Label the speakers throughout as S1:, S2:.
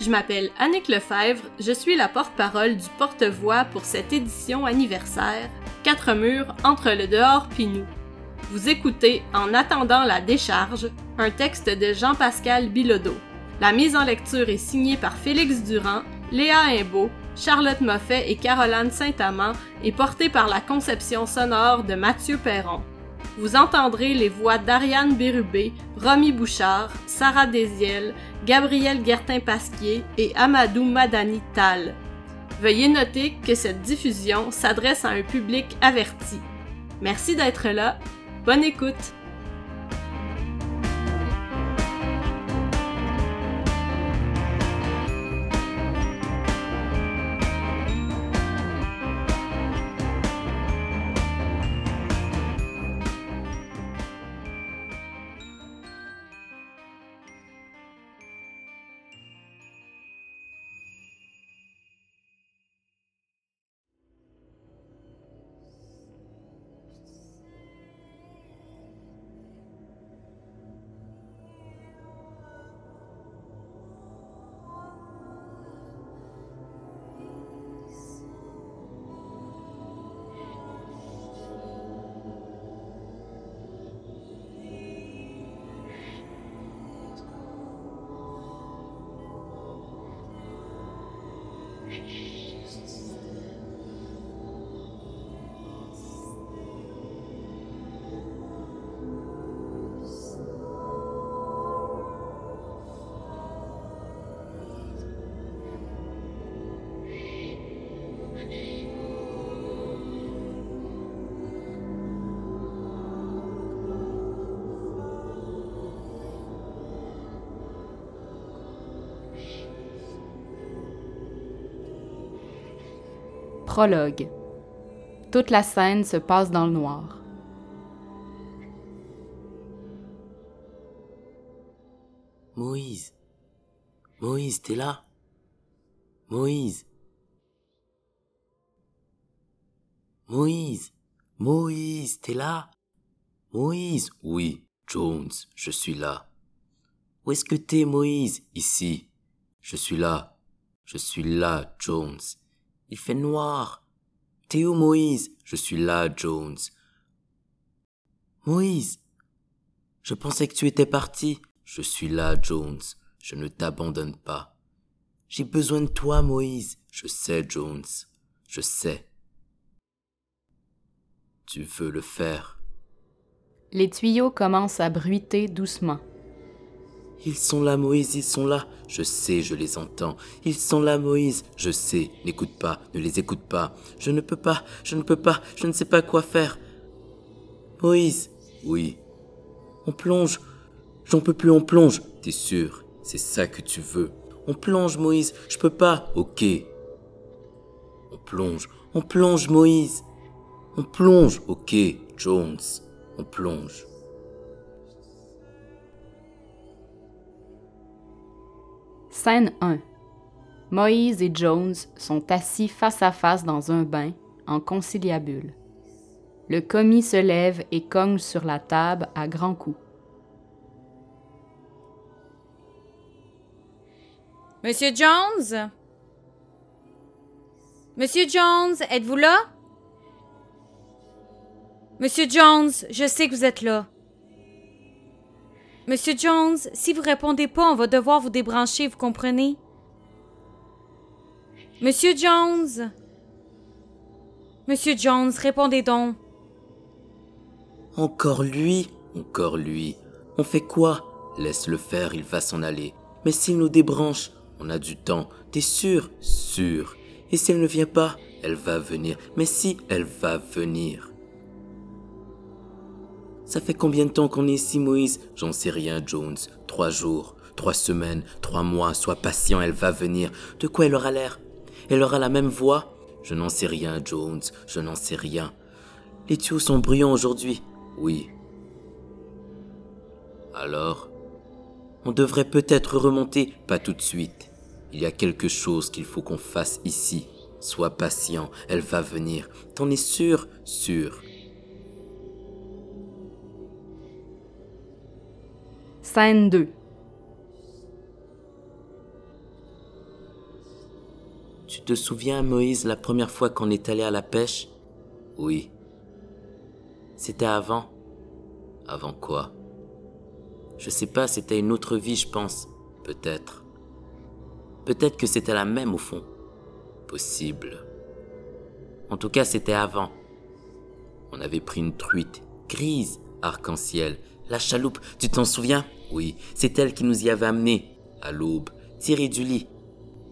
S1: Je m'appelle Annick Lefebvre, je suis la porte-parole du porte-voix pour cette édition anniversaire, Quatre murs entre le dehors puis nous. Vous écoutez En attendant la décharge, un texte de Jean-Pascal Bilodeau. La mise en lecture est signée par Félix Durand, Léa Imbeau, Charlotte Moffet et Caroline Saint-Amand et portée par la conception sonore de Mathieu Perron. Vous entendrez les voix d'Ariane Bérubé, Romy Bouchard, Sarah Désiel, Gabriel Guertin-Pasquier et Amadou Madani Tal. Veuillez noter que cette diffusion s'adresse à un public averti. Merci d'être là. Bonne écoute.
S2: Prologue. Toute la scène se passe dans le noir.
S3: Moïse. Moïse, t'es là Moïse. Moïse. Moïse, t'es là Moïse. Oui, Jones, je suis là. Où est-ce que t'es, Moïse Ici. Je suis là. Je suis là, Jones. Il fait noir. T'es où, Moïse Je suis là, Jones. Moïse Je pensais que tu étais parti. Je suis là, Jones. Je ne t'abandonne pas. J'ai besoin de toi, Moïse. Je sais, Jones. Je sais. Tu veux le faire.
S2: Les tuyaux commencent à bruiter doucement.
S3: Ils sont là, Moïse, ils sont là. Je sais, je les entends. Ils sont là, Moïse. Je sais. N'écoute pas, ne les écoute pas. Je ne peux pas, je ne peux pas, je ne sais pas quoi faire. Moïse. Oui. On plonge. J'en peux plus, on plonge. T'es sûr, c'est ça que tu veux. On plonge, Moïse. Je peux pas. Ok. On plonge. On plonge, Moïse. On plonge. Ok, Jones. On plonge.
S2: Scène 1. Moïse et Jones sont assis face à face dans un bain, en conciliabule. Le commis se lève et cogne sur la table à grands coups.
S4: Monsieur Jones Monsieur Jones, êtes-vous là Monsieur Jones, je sais que vous êtes là. Monsieur Jones, si vous répondez pas, on va devoir vous débrancher, vous comprenez Monsieur Jones Monsieur Jones, répondez donc.
S3: Encore lui Encore lui. On fait quoi Laisse-le faire, il va s'en aller. Mais s'il nous débranche, on a du temps. T'es sûr Sûr. Et si elle ne vient pas Elle va venir. Mais si, elle va venir. Ça fait combien de temps qu'on est ici, Moïse J'en sais rien, Jones. Trois jours, trois semaines, trois mois. Sois patient, elle va venir. De quoi elle aura l'air Elle aura la même voix Je n'en sais rien, Jones. Je n'en sais rien. Les tuyaux sont bruyants aujourd'hui. Oui. Alors On devrait peut-être remonter, pas tout de suite. Il y a quelque chose qu'il faut qu'on fasse ici. Sois patient, elle va venir. T'en es sûr Sûr.
S2: Scène 2.
S3: Tu te souviens, Moïse, la première fois qu'on est allé à la pêche Oui. C'était avant Avant quoi Je sais pas, c'était une autre vie, je pense. Peut-être. Peut-être que c'était la même au fond. Possible. En tout cas, c'était avant. On avait pris une truite grise, arc-en-ciel. La chaloupe, tu t'en souviens Oui, c'est elle qui nous y avait amenés. À l'aube, tirée du lit.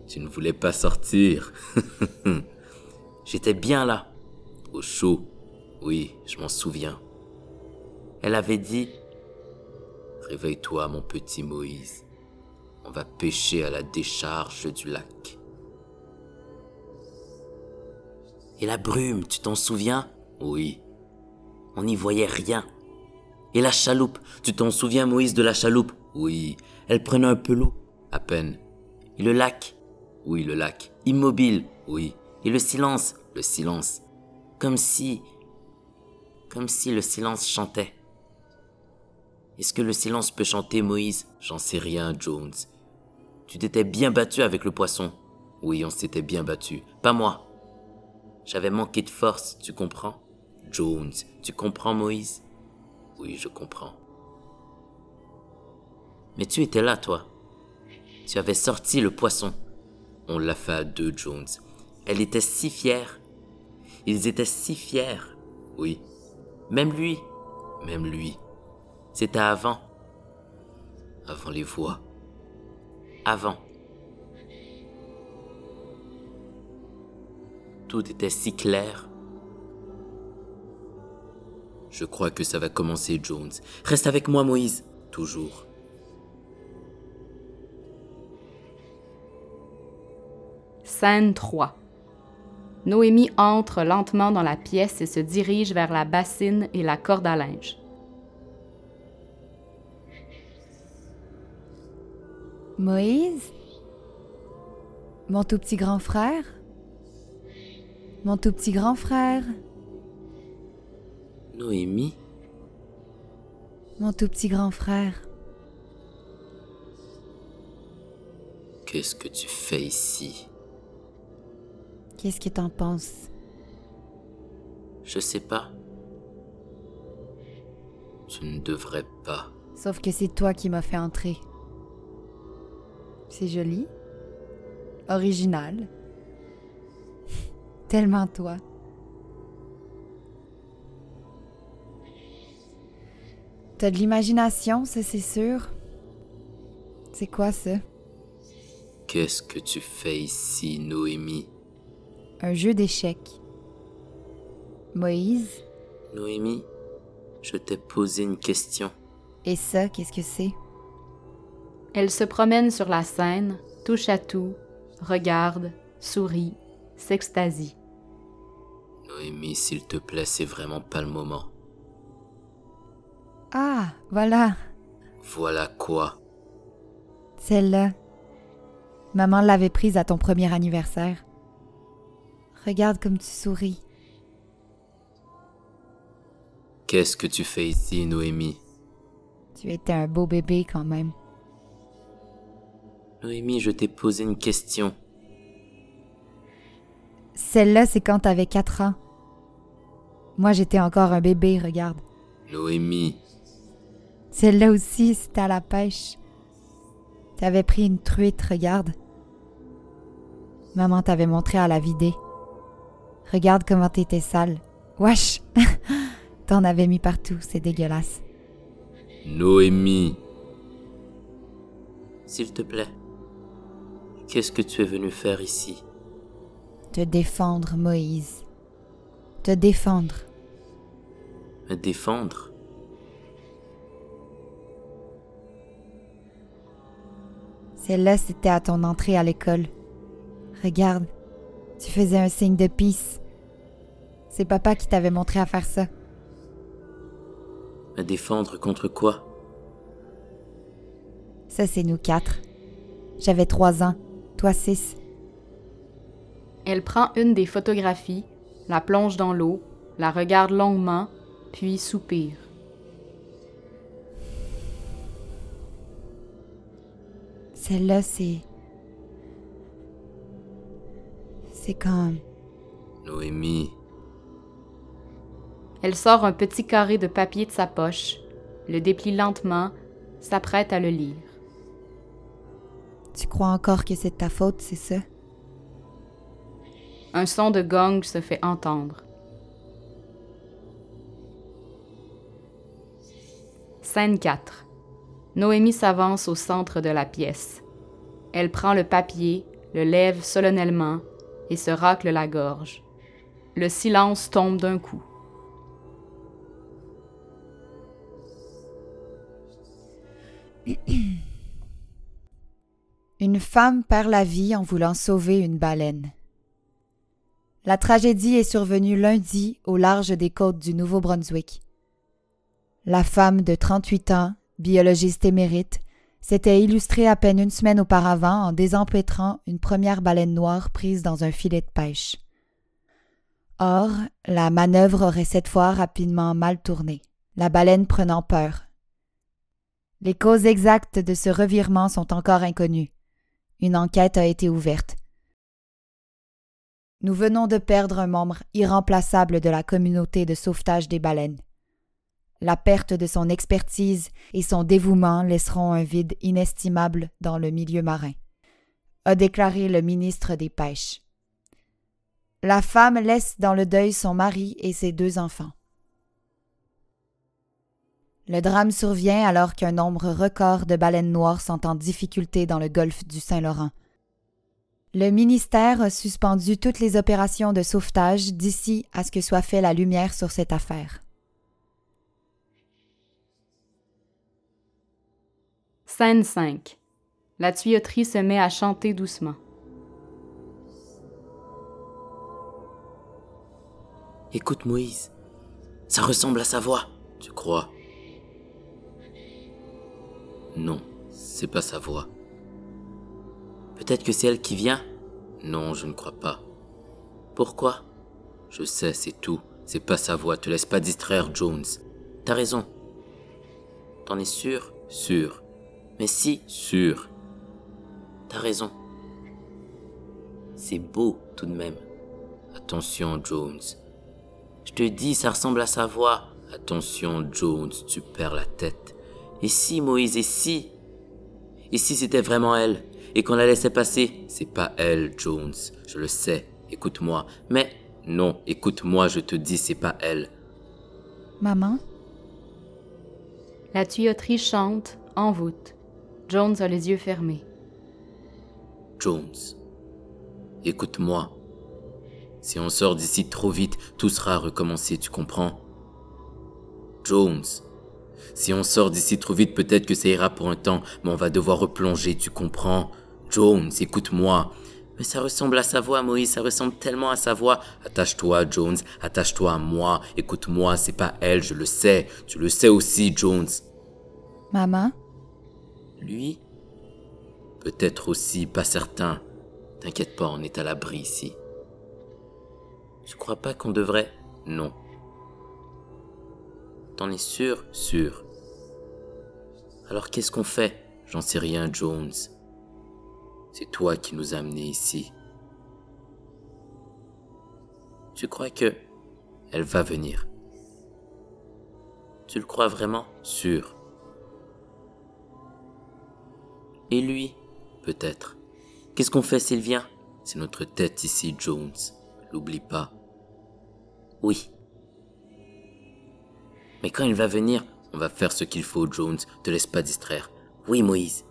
S3: Tu ne voulais pas sortir. J'étais bien là. Au chaud. Oui, je m'en souviens. Elle avait dit Réveille-toi, mon petit Moïse. On va pêcher à la décharge du lac. Et la brume, tu t'en souviens Oui. On n'y voyait rien. Et la chaloupe, tu t'en souviens Moïse de la chaloupe Oui. Elle prenait un peu l'eau. À peine. Et le lac Oui, le lac. Immobile Oui. Et le silence Le silence. Comme si... Comme si le silence chantait. Est-ce que le silence peut chanter, Moïse J'en sais rien, Jones. Tu t'étais bien battu avec le poisson. Oui, on s'était bien battu. Pas moi. J'avais manqué de force, tu comprends Jones, tu comprends Moïse Oui, je comprends. Mais tu étais là, toi. Tu avais sorti le poisson. On l'a fait à deux, Jones. Elle était si fière. Ils étaient si fiers. Oui. Même lui. Même lui. C'était avant. Avant les voix. Avant. Tout était si clair. Je crois que ça va commencer, Jones. Reste avec moi, Moïse. Toujours.
S2: Scène 3. Noémie entre lentement dans la pièce et se dirige vers la bassine et la corde à linge.
S5: Moïse Mon tout petit grand frère Mon tout petit grand frère
S3: Noémie
S5: Mon tout petit grand frère
S3: Qu'est-ce que tu fais ici
S5: Qu'est-ce que t'en penses
S3: Je sais pas. Tu ne devrais pas.
S5: Sauf que c'est toi qui m'as fait entrer. C'est joli. Original. Tellement toi. T'as de l'imagination, ça c'est sûr. C'est quoi ça?
S3: Qu'est-ce que tu fais ici, Noémie
S5: Un jeu d'échecs. Moïse,
S3: Noémie, je t'ai posé une question.
S5: et ça, qu'est-ce que c'est?
S2: Elle se promène sur la scène, touche à tout, regarde, sourit, s'extasie.
S3: Noémie, s'il te plaît, c'est vraiment pas le moment.
S5: Ah, voilà,
S3: Voilà quoi
S5: celle-là. Maman l'avait prise à ton premier anniversaire. Regarde comme tu souris.
S3: Qu'est-ce que tu fais ici, Noémie
S5: Tu étais un beau bébé quand même.
S3: Noémie, je t'ai posé une question.
S5: Celle-là, c'est quand t'avais 4 ans. Moi, j'étais encore un bébé, regarde.
S3: Noémie,
S5: Celle-là aussi, c'était à la pêche. T'avais pris une truite, regarde. Maman t'avait montré à la vider. Regarde comment t'étais sale. Wesh! T'en avais mis partout, c'est dégueulasse.
S3: Noémie. S'il te plaît, qu'est-ce que tu es venu faire ici
S5: Te défendre, Moïse. Te défendre.
S3: Me défendre
S5: Celle-là, c'était à ton entrée à l'école. Regarde, tu faisais un signe de peace. C'est papa qui t'avait montré à faire ça.
S3: Me défendre contre quoi
S5: Ça, c'est nous quatre. J'avais trois ans, toi six.
S2: Elle prend une des photographies, la plonge dans l'eau, la regarde longuement, puis soupire.
S5: Celle-là, c'est. C'est comme...
S3: Noémie,
S2: Elle sort un petit carré de papier de sa poche, le déplie lentement, s'apprête à le lire.
S5: Tu crois encore que c'est de ta faute, c'est ça?
S2: Un son de gong se fait entendre. Scène 4. Noémie s'avance au centre de la pièce. Elle prend le papier, le lève solennellement et se racle la gorge. Le silence tombe d'un coup.
S5: Une femme perd la vie en voulant sauver une baleine. La tragédie est survenue lundi au large des côtes du Nouveau-Brunswick. La femme de 38 ans, biologiste émérite, s'était illustrée à peine une semaine auparavant en désempêtrant une première baleine noire prise dans un filet de pêche. Or, la manœuvre aurait cette fois rapidement mal tourné, la baleine prenant peur. Les causes exactes de ce revirement sont encore inconnues. Une enquête a été ouverte. Nous venons de perdre un membre irremplaçable de la communauté de sauvetage des baleines. La perte de son expertise et son dévouement laisseront un vide inestimable dans le milieu marin, a déclaré le ministre des Pêches. La femme laisse dans le deuil son mari et ses deux enfants. Le drame survient alors qu'un nombre record de baleines noires sont en difficulté dans le golfe du Saint-Laurent. Le ministère a suspendu toutes les opérations de sauvetage d'ici à ce que soit fait la lumière sur cette affaire.
S2: Scène 5. La tuyauterie se met à chanter doucement.
S3: écoute Moïse. Ça ressemble à sa voix. Tu crois Non, c'est pas sa voix. Peut-être que c'est elle qui vient Non, je ne crois pas. Pourquoi Je sais, c'est tout. C'est pas sa voix. Te laisse pas distraire, Jones. T'as raison. T'en es sûr Sûr. Mais si Sûr. T'as raison. C'est beau tout de même. Attention, Jones. Je te dis, ça ressemble à sa voix. Attention, Jones, tu perds la tête. Et si, Moïse, et si Et si c'était vraiment elle Et qu'on la laissait passer C'est pas elle, Jones, je le sais, écoute-moi. Mais non, écoute-moi, je te dis, c'est pas elle.
S5: Maman?
S2: La tuyauterie chante, en voûte. Jones a les yeux fermés.
S3: Jones, écoute-moi. Si on sort d'ici trop vite, tout sera recommencé, tu comprends Jones, si on sort d'ici trop vite, peut-être que ça ira pour un temps, mais on va devoir replonger, tu comprends Jones, écoute-moi. Mais ça ressemble à sa voix, Moïse, ça ressemble tellement à sa voix. Attache-toi, Jones, attache-toi à moi, écoute-moi, c'est pas elle, je le sais, tu le sais aussi, Jones.
S5: Maman?
S3: Lui Peut-être aussi, pas certain. T'inquiète pas, on est à l'abri ici. Je crois pas qu'on devrait. Non. T'en es sûr Sûr. Alors qu'est-ce qu'on fait J'en sais rien, Jones. C'est toi qui nous as amenés ici. Tu crois que... Elle va venir. Tu le crois vraiment Sûr. Et lui Peut-être. Qu'est-ce qu'on fait s'il vient C'est notre tête ici, Jones. L'oublie pas. Oui. Mais quand il va venir, on va faire ce qu'il faut, Jones. Te laisse pas distraire. Oui, Moïse.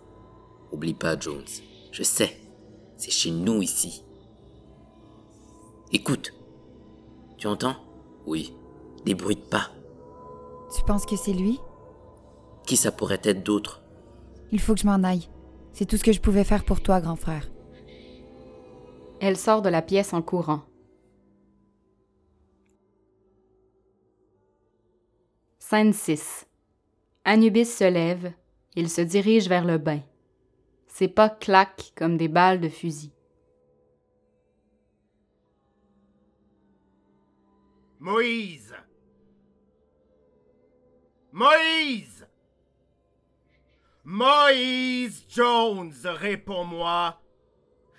S3: Oublie pas, Jones. Je sais. C'est chez nous ici. Écoute. Tu entends Oui. Débrouille pas.
S5: Tu penses que c'est lui?
S3: Qui ça pourrait être d'autre
S5: Il faut que je m'en aille. C'est tout ce que je pouvais faire pour toi, grand frère.
S2: Elle sort de la pièce en courant. Scène 6. Anubis se lève, il se dirige vers le bain. Ses pas claquent comme des balles de fusil.
S6: Moïse Moïse Moïse Jones, réponds-moi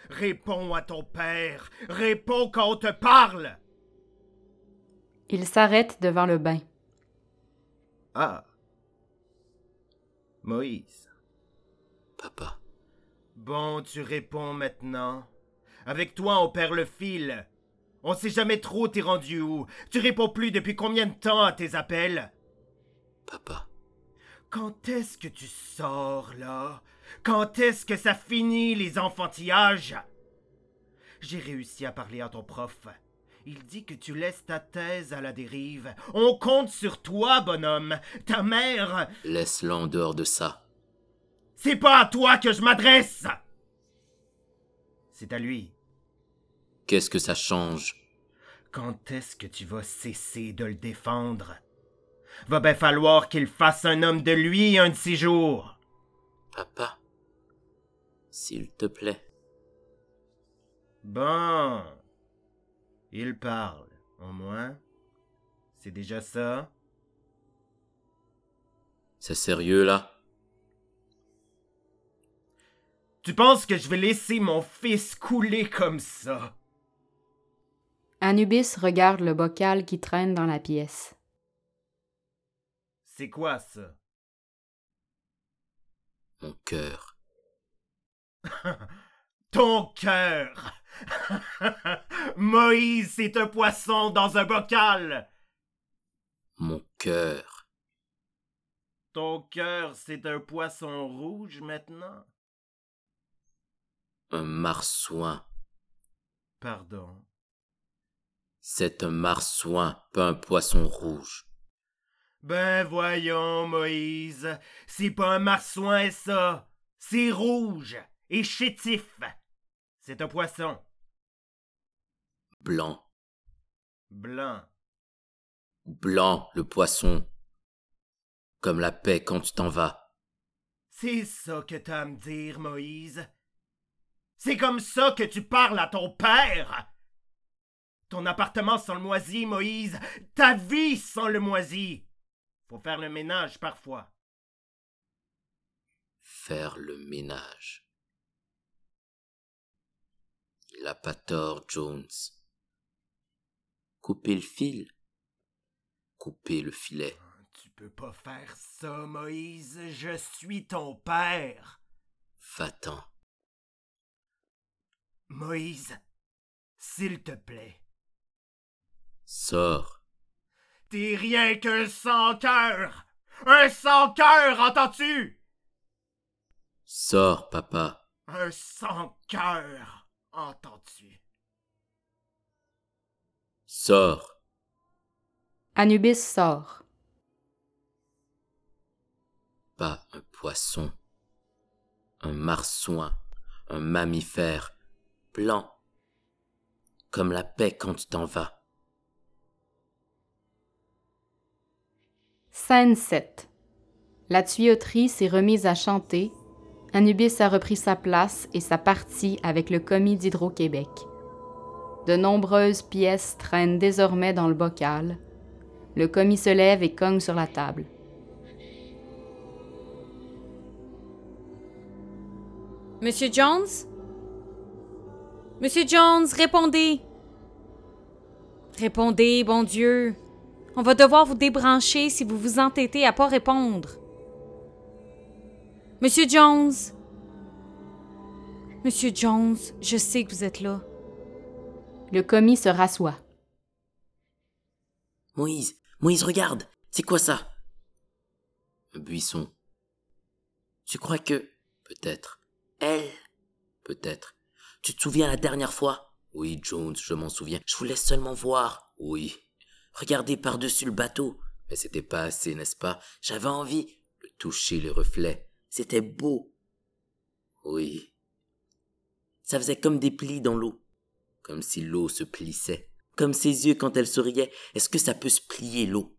S6: Réponds à ton père. Réponds quand on te parle.
S2: Il s'arrête devant le bain.
S6: Ah. Moïse.
S3: Papa,
S6: Bon, tu réponds maintenant. Avec toi, on perd le fil. On sait jamais trop t'es rendu où. Tu réponds plus depuis combien de temps à tes appels?
S3: papa,
S6: Quand est-ce que tu sors là Quand est-ce que ça finit les enfantillages J'ai réussi à parler à ton prof. Il dit que tu laisses ta thèse à la dérive. On compte sur toi, bonhomme. Ta mère,
S3: laisse-la en dehors de ça.
S6: c'est pas à toi que je m'adresse. C'est à lui.
S3: Qu'est-ce que ça change
S6: Quand est-ce que tu vas cesser de le défendre Va bien falloir qu'il fasse un homme de lui un de ces jours.
S3: Papa, s'il te plaît.
S6: Bon. Il parle, au moins. C'est déjà ça.
S3: C'est sérieux là
S6: Tu penses que je vais laisser mon fils couler comme ça?
S2: Anubis regarde le bocal qui traîne dans la pièce.
S6: C'est quoi ça?
S3: Mon cœur.
S6: Ton cœur! Moïse, c'est un poisson dans un bocal!
S3: Mon cœur.
S6: Ton cœur, c'est un poisson rouge maintenant?
S3: Un marsouin.
S6: Pardon.
S3: C'est un marsouin, pas un poisson rouge.
S6: Ben voyons, Moïse, c'est pas un marsouin ça, c'est rouge et chétif. C'est un poisson,
S3: Blanc.
S6: blanc.
S3: Blanc, le poisson. Comme la paix quand tu t'en vas.
S6: C'est ça que t'as à me dire, Moïse. C'est comme ça que tu parles à ton père. Ton appartement sans le moisi, Moïse. Ta vie sans le moisi. Faut faire le ménage parfois.
S3: Faire le ménage. Il a pas tort, Jones. Couper le fil. Couper le filet.
S6: Tu peux pas faire ça, Moïse. Je suis ton père.
S3: Va-t'en.
S6: Moïse, s'il te plaît.
S3: Sors.
S6: T'es rien qu'un sans-cœur. Un sans-cœur, entends-tu?
S3: Sors, papa.
S6: Un sans-cœur, entends-tu?
S3: Sors.
S2: Anubis sort.
S3: pas un poisson, un marsouin, un mammifère, blanc, comme la paix quand tu t'en vas.
S2: Scène 7. La tuyauterie s'est remise à chanter. Anubis a repris sa place et sa partie avec le commis d'Hydro-Québec. De nombreuses pièces traînent désormais dans le bocal. Le commis se lève et cogne sur la table.
S4: Monsieur Jones? Monsieur Jones, répondez! Répondez, bon Dieu! On va devoir vous débrancher si vous vous entêtez à pas répondre. Monsieur Jones! Monsieur Jones, je sais que vous êtes là.
S2: Le commis se rassoit.
S3: Moïse, Moïse, regarde, c'est quoi ça Un buisson. Tu crois que... Peut-être. Elle Peut-être. Tu te souviens la dernière fois Oui, Jones, je m'en souviens. Je voulais seulement voir. Oui. Regarder par-dessus le bateau. Mais c'était pas assez, n'est-ce pas J'avais envie de toucher les reflets. C'était beau. Oui. Ça faisait comme des plis dans l'eau. Comme si l'eau se plissait. Comme ses yeux quand elle souriait. Est-ce que ça peut se plier, l'eau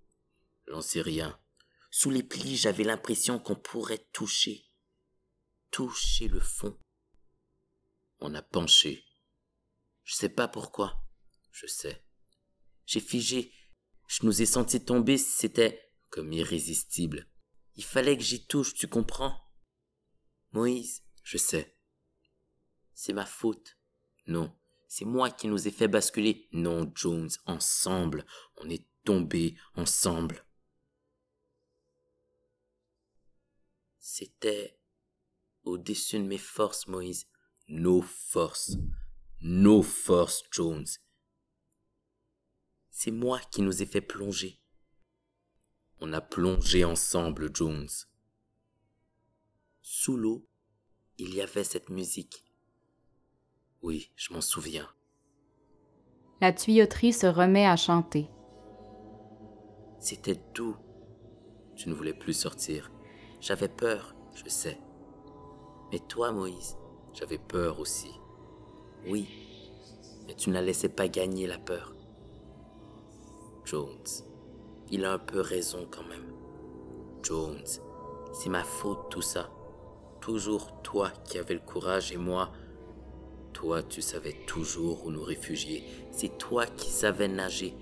S3: J'en sais rien. Sous les plis, j'avais l'impression qu'on pourrait toucher toucher le fond. On a penché. Je sais pas pourquoi. Je sais. J'ai figé. Je nous ai sentis tomber, c'était comme irrésistible. Il fallait que j'y touche, tu comprends Moïse, je sais. C'est ma faute. Non, c'est moi qui nous ai fait basculer. Non, Jones, ensemble. On est tombés ensemble. C'était au-dessus de mes forces, Moïse. Nos forces. Nos forces, Jones. C'est moi qui nous ai fait plonger. On a plongé ensemble, Jones. Sous l'eau, il y avait cette musique. Oui, je m'en souviens.
S2: La tuyauterie se remet à chanter.
S3: C'était doux. Je ne voulais plus sortir. J'avais peur, je sais. Mais toi, Moïse, j'avais peur aussi. Oui, mais tu ne la laissais pas gagner la peur. Jones, il a un peu raison quand même. Jones, c'est ma faute tout ça. Toujours toi qui avais le courage et moi, toi, tu savais toujours où nous réfugier. C'est toi qui savais nager.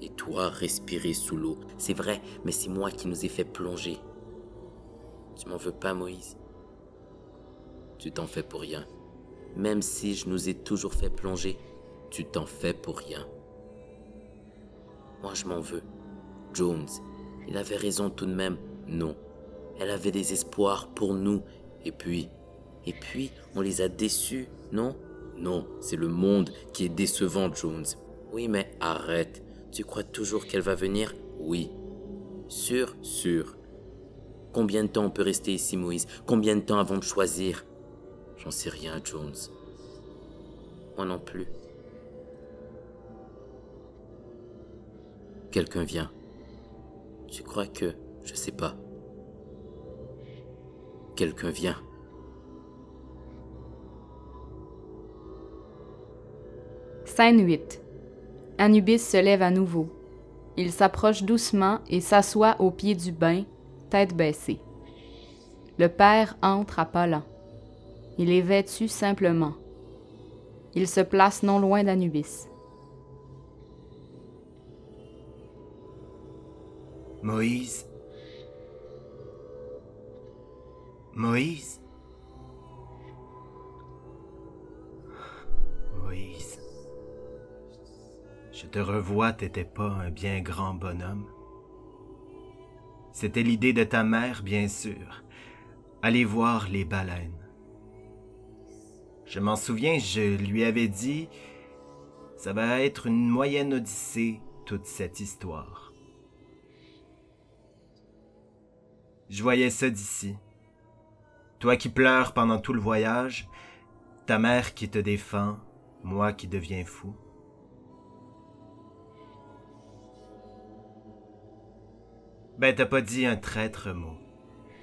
S3: Et toi, respirer sous l'eau. C'est vrai, mais c'est moi qui nous ai fait plonger. Tu m'en veux pas, Moïse Tu t'en fais pour rien. Même si je nous ai toujours fait plonger, tu t'en fais pour rien. Moi, je m'en veux. Jones, il avait raison tout de même. Non. Elle avait des espoirs pour nous. Et puis, et puis, on les a déçus, non Non, c'est le monde qui est décevant, Jones. Oui, mais arrête. Tu crois toujours qu'elle va venir Oui. Sûr, sûr. Combien de temps on peut rester ici, Moïse Combien de temps avant de choisir J'en sais rien, Jones. Moi non plus. Quelqu'un vient. Tu crois que... Je sais pas. Quelqu'un vient.
S2: Scène 8. Anubis se lève à nouveau. Il s'approche doucement et s'assoit au pied du bain, tête baissée. Le père entre à pas lents. Il est vêtu simplement. Il se place non loin d'Anubis.
S6: Moïse Moïse Moïse Je te revois, t'étais pas un bien grand bonhomme. C'était l'idée de ta mère, bien sûr. Aller voir les baleines. Je m'en souviens, je lui avais dit, ça va être une moyenne odyssée, toute cette histoire. Je voyais ça d'ici. Toi qui pleures pendant tout le voyage, ta mère qui te défend, moi qui deviens fou. Ben t'as pas dit un traître mot,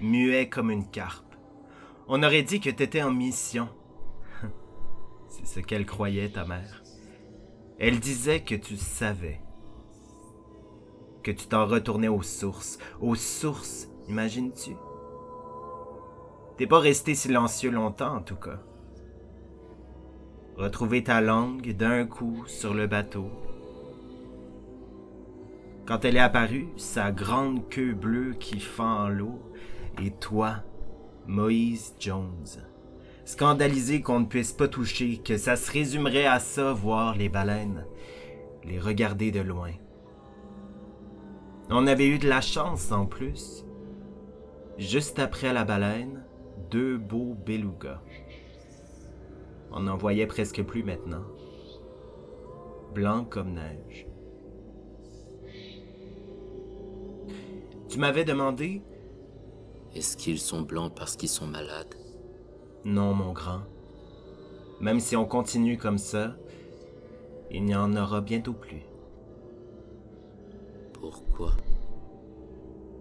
S6: muet comme une carpe. On aurait dit que t'étais en mission. C'est ce qu'elle croyait, ta mère. Elle disait que tu savais. Que tu t'en retournais aux sources. Aux sources, imagines-tu? T'es pas resté silencieux longtemps, en tout cas. Retrouver ta langue d'un coup sur le bateau. Quand elle est apparue, sa grande queue bleue qui fend l'eau, et toi, Moïse Jones. Scandalisé qu'on ne puisse pas toucher, que ça se résumerait à ça, voir les baleines, les regarder de loin. On avait eu de la chance en plus. Juste après la baleine, deux beaux belugas. On n'en voyait presque plus maintenant. Blancs comme neige. Tu m'avais demandé
S3: Est-ce qu'ils sont blancs parce qu'ils sont malades
S6: Non, mon grand. Même si on continue comme ça, il n'y en aura bientôt plus.
S3: Pourquoi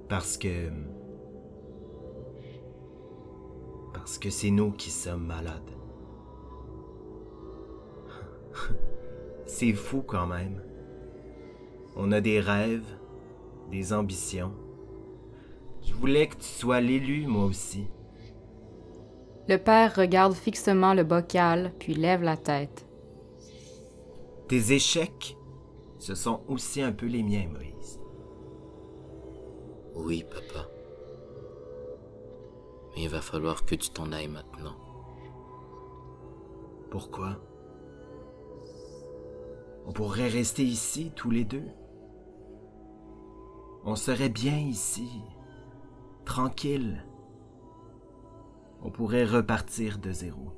S6: Parce que. Parce que c'est nous qui sommes malades. c'est fou quand même. On a des rêves, des ambitions. Je voulais que tu sois l'élu, moi aussi.
S2: Le père regarde fixement le bocal, puis lève la tête.
S6: Tes échecs, ce sont aussi un peu les miens, Moïse.
S3: Oui, papa. Mais il va falloir que tu t'en ailles maintenant.
S6: Pourquoi On pourrait rester ici tous les deux. On serait bien ici, tranquille. On pourrait repartir de zéro.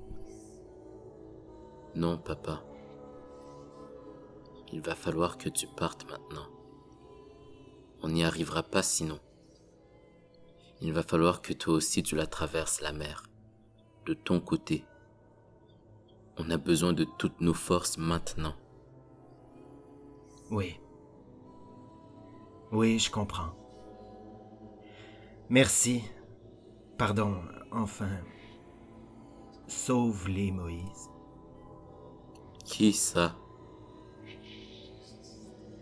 S3: Non, papa. Il va falloir que tu partes maintenant. On n'y arrivera pas sinon. Il va falloir que toi aussi tu la traverses, la mer. De ton côté. On a besoin de toutes nos forces maintenant.
S6: Oui. Oui, je comprends. Merci. Pardon, enfin. Sauve-les, Moïse.
S3: Qui ça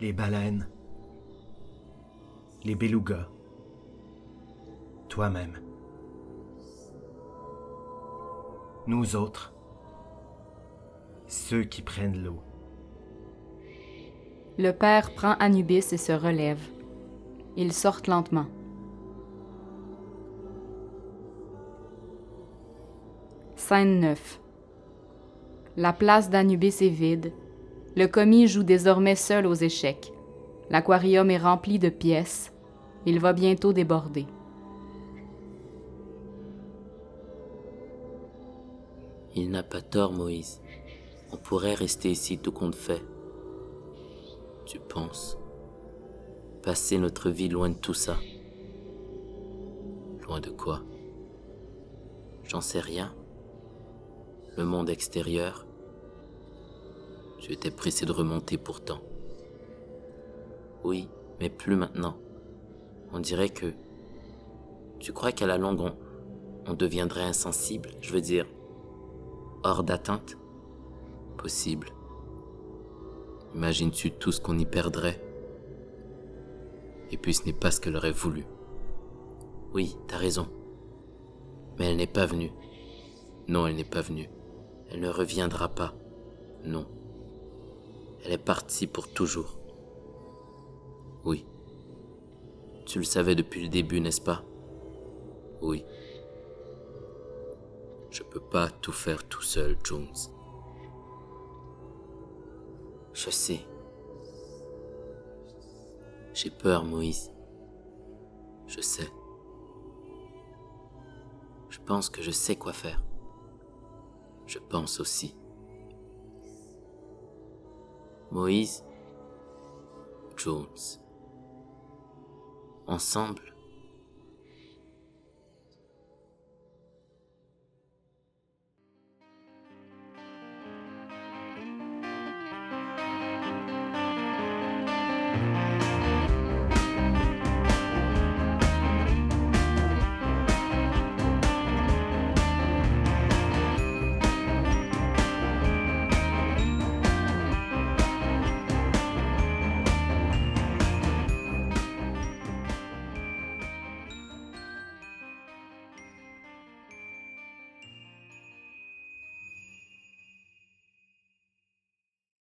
S6: Les baleines. Les belugas. Toi-même. Nous autres. Ceux qui prennent l'eau.
S2: Le père prend Anubis et se relève. Ils sortent lentement. Scène 9. La place d'Anubis est vide. Le commis joue désormais seul aux échecs. L'aquarium est rempli de pièces. Il va bientôt déborder.
S3: Il n'a pas tort, Moïse. On pourrait rester ici tout compte fait. Tu penses Passer notre vie loin de tout ça. Loin de quoi J'en sais rien. Le monde extérieur. Tu étais pressé de remonter pourtant. Oui, mais plus maintenant. On dirait que... Tu crois qu'à la longue, on, on deviendrait insensible, je veux dire, hors d'atteinte Possible. Imagines-tu tout ce qu'on y perdrait Et puis ce n'est pas ce qu'elle aurait voulu. Oui, t'as raison. Mais elle n'est pas venue. Non, elle n'est pas venue. Elle ne reviendra pas. Non. Elle est partie pour toujours. Oui. Tu le savais depuis le début, n'est-ce pas Oui. Je peux pas tout faire tout seul, Jones. Je sais. J'ai peur, Moïse. Je sais. Je pense que je sais quoi faire. Je pense aussi. Moïse, Jones. Ensemble,